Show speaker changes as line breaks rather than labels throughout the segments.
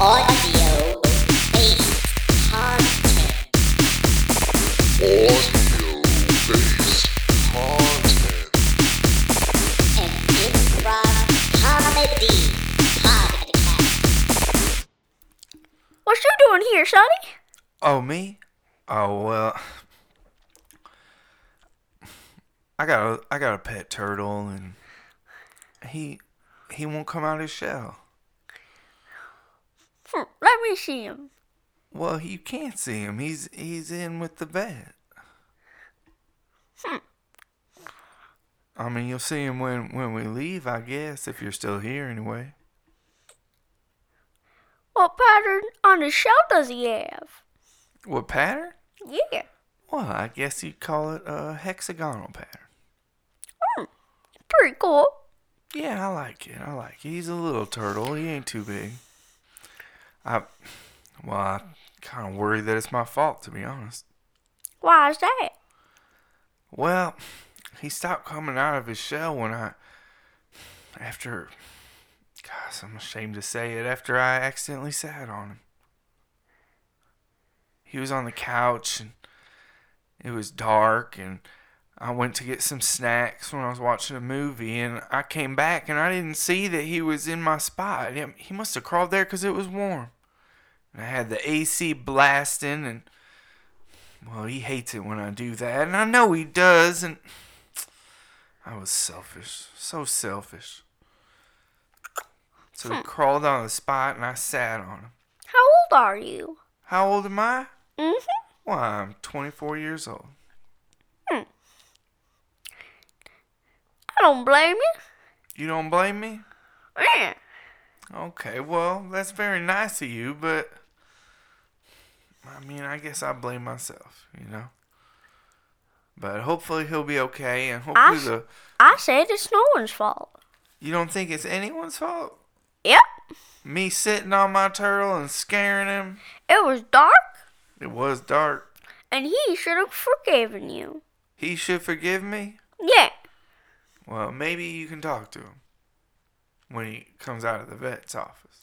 Audio based content.
Audio-based content.
An improv comedy podcast.
What you doing here, Sonny?
Oh, me? Oh, well. I got a I got a pet turtle and he he won't come out of his shell.
Hmm, Let me see him.
Well, you can't see him. He's he's in with the vet. I mean, you'll see him when when we leave, I guess, if you're still here anyway.
What pattern on his shell does he have?
What pattern?
Yeah.
Well, I guess you'd call it a hexagonal pattern.
Pretty cool.
Yeah, I like it. I like it. He's a little turtle. He ain't too big. I, well, I kind of worry that it's my fault, to be honest.
Why is that?
Well, he stopped coming out of his shell when I, after, gosh, I'm ashamed to say it, after I accidentally sat on him. He was on the couch and it was dark and I went to get some snacks when I was watching a movie and I came back and I didn't see that he was in my spot. He- He must have crawled there 'cause it was warm. And I had the AC blasting and well, he hates it when I do that, and I know he does, and I was selfish. So selfish. So he crawled on the spot and I sat on him.
How old are you?
How old am I?
Mm-hmm.
Well, I'm 24 years old.
I don't blame you.
You don't blame me?
Yeah.
Okay, well, that's very nice of you, but I mean, I guess I blame myself, you know? But hopefully he'll be okay, and hopefully
s-
the.
I said it's no one's fault.
You don't think it's anyone's fault?
Yep.
me sitting on my turtle and scaring him.
It was dark,
It was dark.
and he should have forgiven you.
He should forgive me.
Yeah.
Well, maybe you can talk to him when he comes out of the vet's office.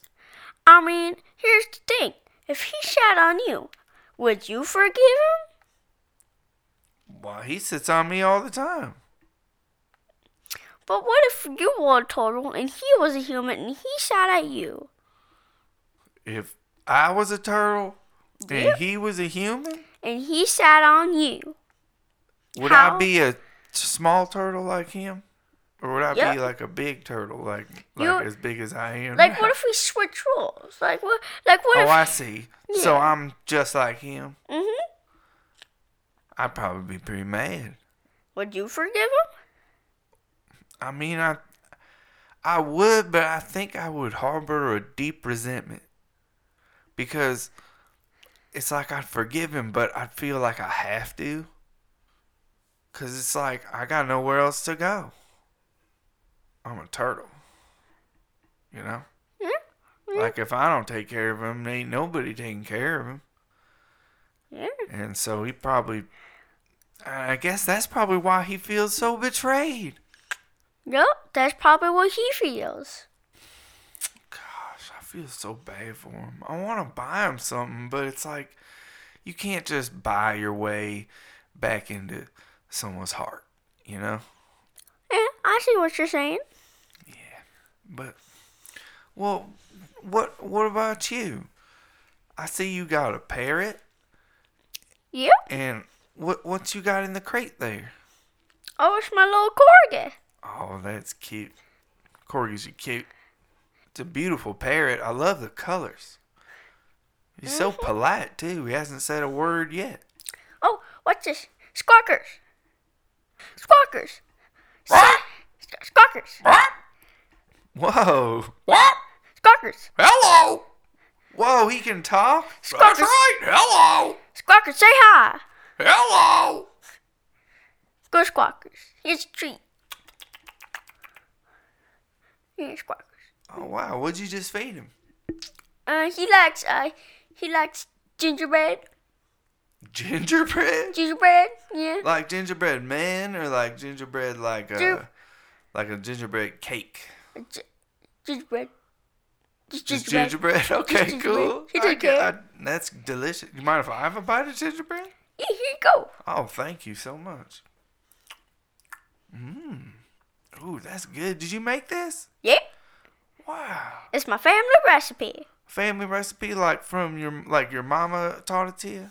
I mean, here's the thing. If he shat on you, would you forgive him?
Why, he sits on me all the time.
But what if you were a turtle and he was a human and he shat at you?
If I was a turtle and
Yep.
he was a human,
And he sat on you.
would
How?
I be a t- small turtle like him? Or would I
Yep.
be like a big turtle, like like
You're-
as big as I am?
Like
now?
what if we switch roles? Like what? Like what
Oh,
if?
I see. So
Yeah.
I'm just like him.
hmm
I'd probably be pretty mad.
Would you forgive him?
I mean, I I would, but I think I would harbor a deep resentment because it's like I'd forgive him, but I feel like I have to. Cause it's like I got nowhere else to go. I'm a turtle, you know.
Yeah.
Like if I don't take care of him, ain't nobody taking care of him.
Yeah.
And so he probably, I guess that's probably why he feels so betrayed.
Yep. That's probably what he feels.
Gosh, I feel so bad for him. I want to buy him something, but it's like you can't just buy your way back into someone's heart, you know?
Yeah. I see what you're saying.
But well, what what about you? I see you got a parrot,
Yep.
and what what you got in the crate there?
Oh, it's my little corgi.
Oh, that's cute. Corgis are cute. It's a beautiful parrot. I love the colors. He's so polite too. He hasn't said a word yet.
Oh, what's this? Squawkers. Squawkers. Sa- squ- Squawkers.
Whoa.
Squawkers.
Hello. Whoa, he can talk.
Squawkers.
Hello.
Squawkers. Say hi.
Hello.
Go squawkers. Here's a treat. Here's squawkers.
Oh wow, what'd you just feed him?
Uh, he likes uh, he likes gingerbread.
Gingerbread.
Gingerbread, yeah.
Like gingerbread man, or like gingerbread like a
Gin-
like a gingerbread cake.
Gi- gingerbread. Just
Just
gingerbread.
gingerbread. Okay,
gingerbread.
cool.
It's
I
okay.
get- I- that's delicious. You mind if I have a bite of gingerbread?
Yeah, here you go.
Oh, thank you so much. Mmm. Ooh, that's good. Did you make this?
Yeah,
Wow.
it's my family recipe.
Family recipe, like from your like your mama taught it to you.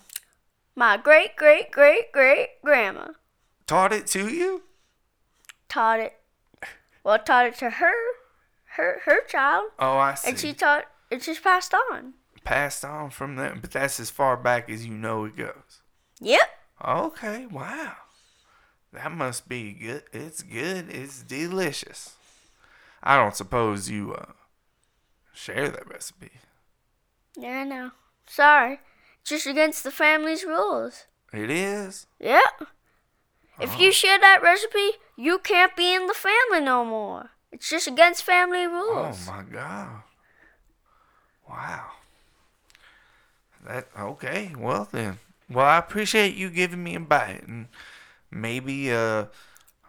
My great great great great grandma
Taught it to you?
taught it. Well, taught it to her, her her child,
Oh, I see.
and she taught. It just passed on.
passed on from them, but that's as far back as you know it goes.
Yep.
Okay, wow. That must be good. It's good. It's delicious. I don't suppose you uh, share that recipe.
Yeah, I know. Sorry, just against the family's rules.
It is.
Yep. If you share that recipe, you can't be in the family no more. It's just against family
Oh
rules.
my god. Wow. That okay, well then. Well I appreciate you giving me a bite and maybe uh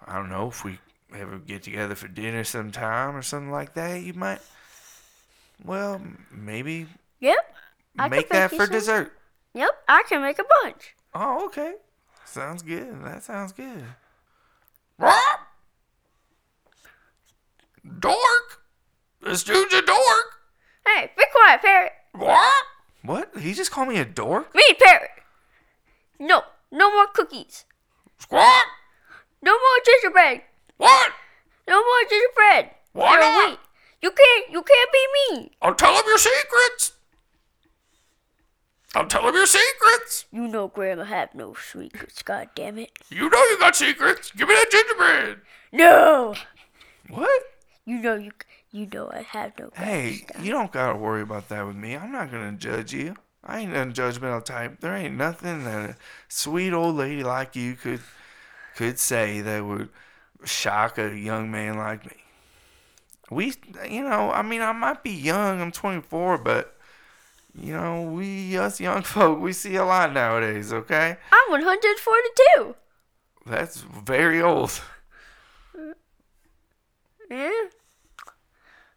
I don't know if we ever get together for dinner sometime or something like that, you might well maybe
Yep. I could
make that
you
for
some.
dessert.
Yep, I can make a bunch.
Oh, okay. Sounds good. That sounds good.
Dork! This dude's a dork!
Hey, be quiet, parrot.
What?
What? He just called me a dork?
Me, parrot. No, no more cookies.
Squat!
No more gingerbread.
What?
No more gingerbread.
Why
You're
not?
weak. You can't. You can't be mean.
I'll tell him your secrets! I'll tell him your secrets!
You know, Grandma have no secrets. God damn it.
You know you got secrets! Give me that gingerbread!
No.
What?
You know you. You know I have no.
Hey, you don't gotta worry about that with me. I'm not gonna judge you. I ain't a judgmental type. There ain't nothing that a sweet old lady like you could could say that would shock a young man like me. We, you know, I mean, I might be young. I'm 24, but you know, we us young folk, we see a lot nowadays. Okay,
I'm 142.
that's very old.
Yeah.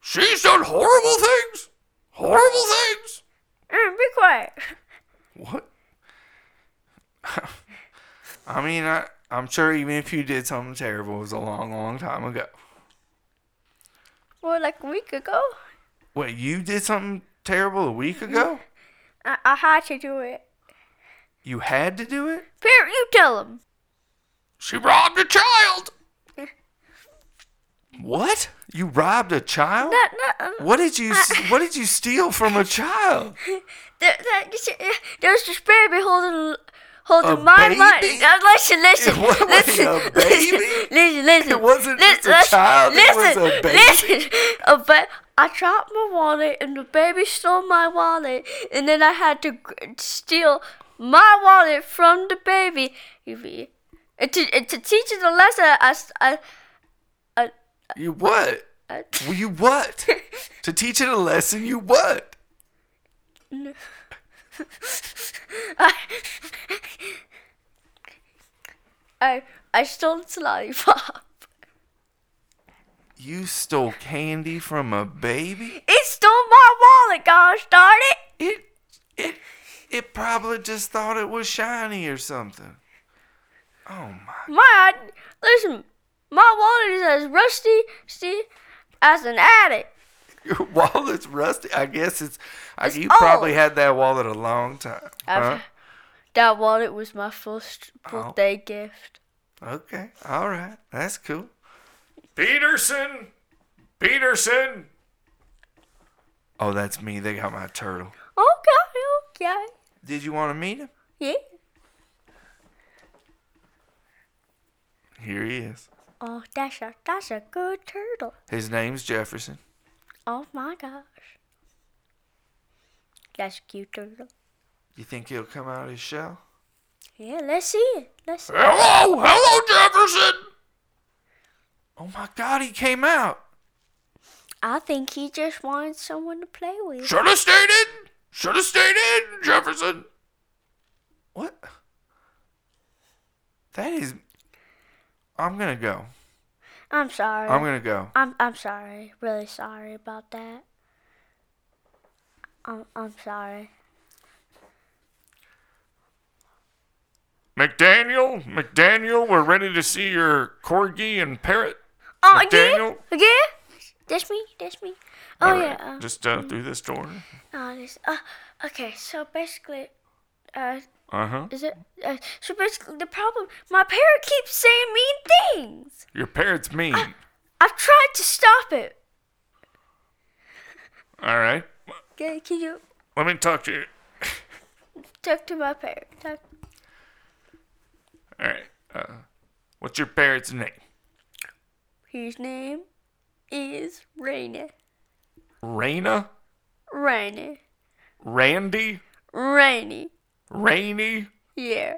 She's done horrible things! Horrible things!
Mm, be quiet.
What? I mean, I, I'm sure even if you did something terrible, it was a long, long time ago.
More like a week ago.
Wait, you did something terrible a week ago?
I, I had to do it.
You had to do it?
Parrot, you tell him.
She robbed a child!
What? You robbed a child?
Not, not,
What did you s- What did you steal from a child?
That, that, you see, uh, there's this baby holding holding
A
my
baby?
money. Now listen, listen,
wa- wait,
listen,
a
listen,
baby?
listen, listen.
It wasn't
lis-
just a child, it was
listen,
a baby.
Listen, a ba- I dropped my wallet, and the baby stole my wallet, and then I had to g- steal my wallet from the baby. You be- And to, and to teach it a lesson, I, s- I-
You what?
I-
Well, you what? to teach it a lesson, you what?
I, I, Oh, I stole its lollipop.
You stole candy from a baby?
It stole my wallet, gosh darn it!
It it it probably just thought it was shiny or something. Oh my!
My, listen, my wallet is as rusty see, as an attic.
Your wallet's rusty. I guess it's. I, you
old.
probably had that wallet a long time. Huh?
I've- That wallet was my first birthday gift.
Okay. All right. That's cool.
Peterson! Peterson!
Oh, that's me. They got my turtle.
Okay, okay.
Did you want to meet him?
Yeah.
Here he is.
Oh, that's a, that's a good turtle.
His name's Jefferson.
Oh my gosh. That's a cute turtle.
You think he'll come out of his shell?
Yeah, let's see it. Let's see it.
Hello! Hello, Jefferson!
Oh my God! He came out.
I think he just wanted someone to play with.
Should have stayed in! Should have stayed in, Jefferson!
What? That is. I'm gonna go.
I'm sorry.
I'm gonna go.
I'm I'm sorry, really sorry about that. I'm, I'm sorry.
McDaniel, McDaniel, we're ready to see your corgi and parrot.
Oh, again?
McDaniel?
Again? That's me. That's me. Oh,
All right,
yeah. uh,
Just uh, through this door.
Oh, this, uh, okay, so basically, uh,
Uh huh.
is it? Uh, so basically, the problem my parent keeps saying mean things.
Your parrot's mean.
Ah. I've tried to stop it.
All right.
Can, can you
Let me talk to you.
talk to my parent? Talk,
All right. Uh, what's your parrot's name?
his name is Rainy.
Raina?
Rainy.
Randy?
Rainy.
Rainy?
Yeah.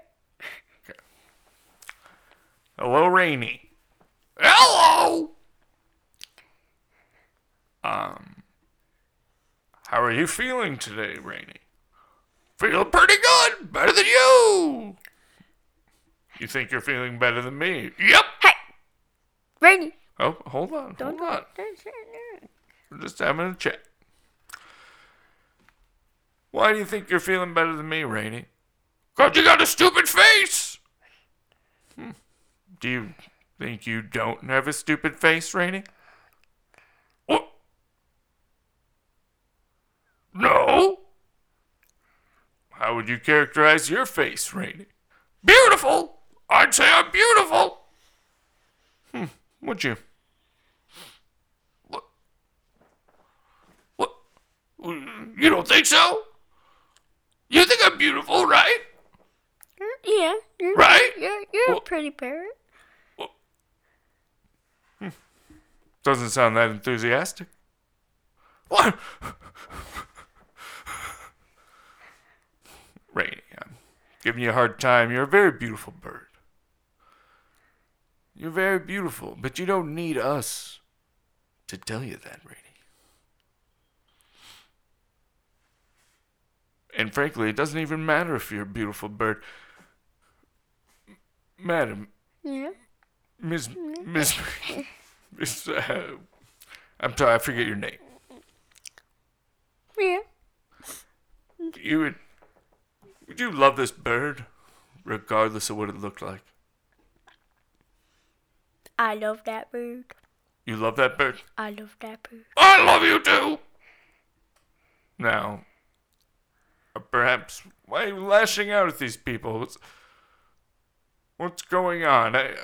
Hello, Rainy. Hello! Um, how are you feeling today, Rainy? Feel pretty good. Better than you. You think you're feeling better than me? Yep.
Hey, Rainy.
Oh, hold on.
Don't
hold on. We're just having a chat. Why do you think you're feeling better than me, Rainy? Cause you got a stupid face. Hmm. Do you think you don't have a stupid face, Rainy? What? No. How would you characterize your face, Rainy? Beautiful. I'd say I'm beautiful. Hmm. Would you? What? What? You don't think so? You think I'm beautiful, right?
Yeah, you're,
Right?
you're, you're a
Well-
pretty parrot.
Doesn't sound that enthusiastic. What? Rainy, I'm giving you a hard time. You're a very beautiful bird. You're very beautiful, but you don't need us to tell you that, Rainy. And frankly, it doesn't even matter if you're a beautiful bird. M- Madam,
Yeah.
Miss Miss Miss. Uh, I'm sorry, I forget your name.
Yeah.
You would. Would you love this bird, regardless of what it looked like?
I love that bird.
You love that bird.
I love that bird.
I love you too. Now, uh, perhaps why are you lashing out at these people? What's, what's going on? I, uh,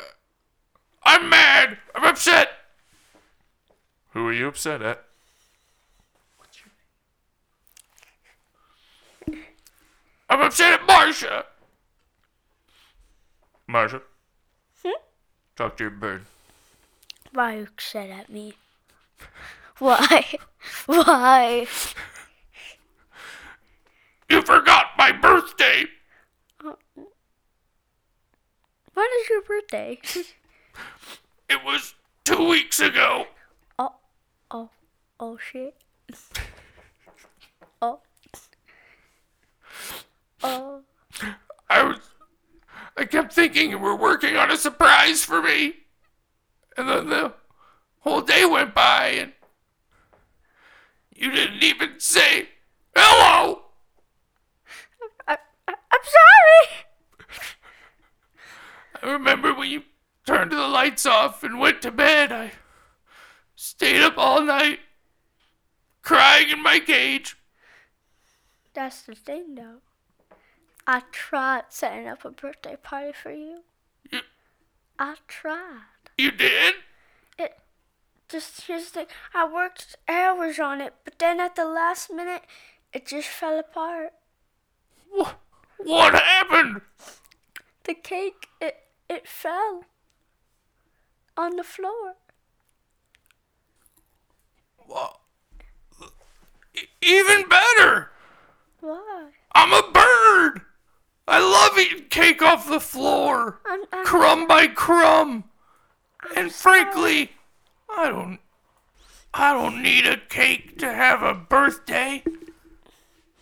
I'm mad. I'm upset. Who are you upset at? What's your name? I'm upset at Marcia. Marcia,
Hmm?
talk to your bird.
Why you upset at me? Why? Why?
You forgot my birthday.
When is your birthday?
It was two weeks ago.
oh, oh, oh shit. oh. Oh.
I was. I kept thinking you were working on a surprise for me. And then the whole day went by and. You didn't even say hello!
I, I, I'm sorry!
I remember when you turned the lights off and went to bed. I stayed up all night crying in my cage.
That's the thing though. I tried setting up a birthday party for you.
You,
I tried.
you did?
it just here's the thing. I worked hours on it, but then at the last minute, it just fell apart.
What, what happened?
The cake, it it fell on the floor.
Well, e- even better!
Why?
I'm a bird. I love eating cake off the floor,
I'm, I'm,
crumb by crumb. And frankly, I don't I don't need a cake to have a birthday.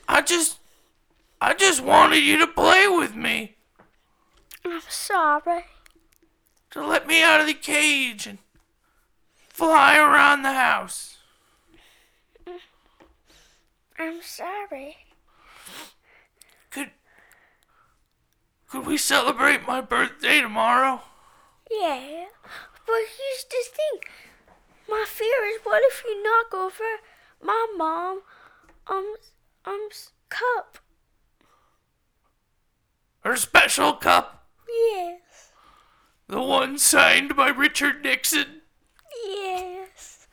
I just I just wanted you to play with me,
I'm sorry.
to let me out of the cage and fly around the house.
I'm sorry.
Could could we celebrate my birthday tomorrow?
Yeah, but here's the thing. My fear is what if you knock over my mom, um, um's cup?
Her special cup,
Yes,
the one signed by Richard Nixon.
yes.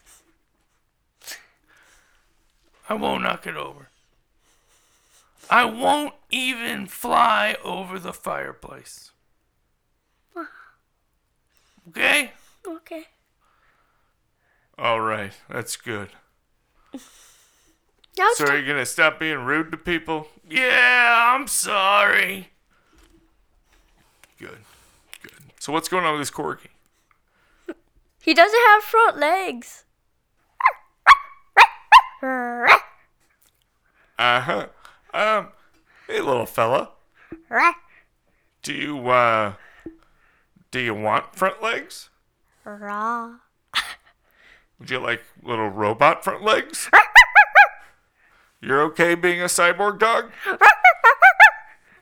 I won't knock it over. I won't even fly over the fireplace. Okay?
Okay.
All right, that's good.
Now
So are you gonna stop being rude to people? Yeah, I'm sorry. Good, good. So what's going on with this corgi?
he doesn't have front legs.
Uh huh. Um, hey, little fella, do you uh, do you want front legs?
Raw.
Would you like little robot front legs? You're okay being a cyborg dog?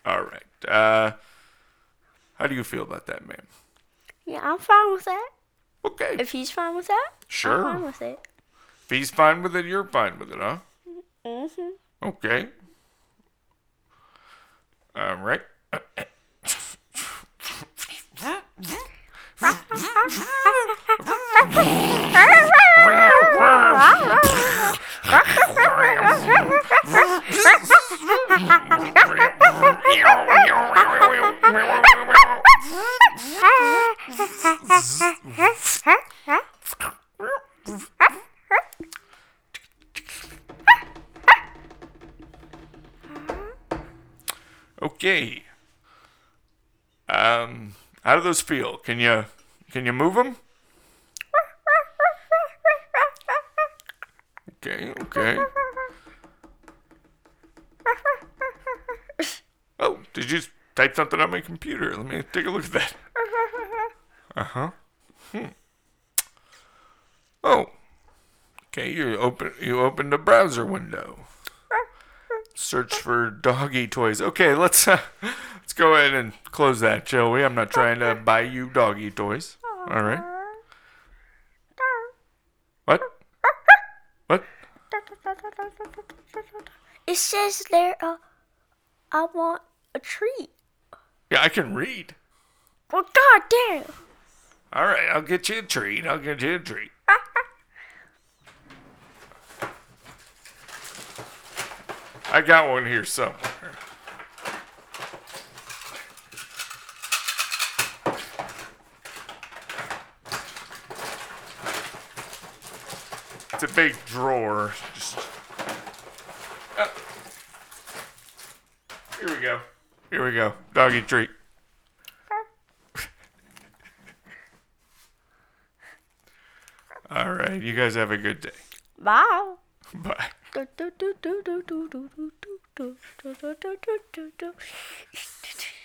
All right. Uh, how do you feel about that, ma'am?
Yeah, I'm fine with that.
Okay.
If he's fine with that,
sure.
I'm fine with it.
If he's fine with it, you're fine with it, huh? Mm-hmm. Okay. All right. Okay. Um, how do those feel? Can you can you move them? Okay, okay. Oh, did you type something on my computer? Let me take a look at that. Uh huh. Hmm. Oh. Okay, you open you opened a browser window search for doggy toys. Okay, let's uh, let's go ahead and close that, shall we? I'm not trying to buy you doggy toys. All right. What? What?
It says there, uh, I want a treat.
Yeah, I can read.
Well, Oh, god damn.
All right, I'll get you a treat. I'll get you a treat. I got one here somewhere. It's a big drawer. Just Oh. Here we go. Here we go. Doggy treat. All right. You guys have a good day.
Wow.
Bye.
Do, do, do, do, do, do, do, do, do, do, do, do, do, do, do.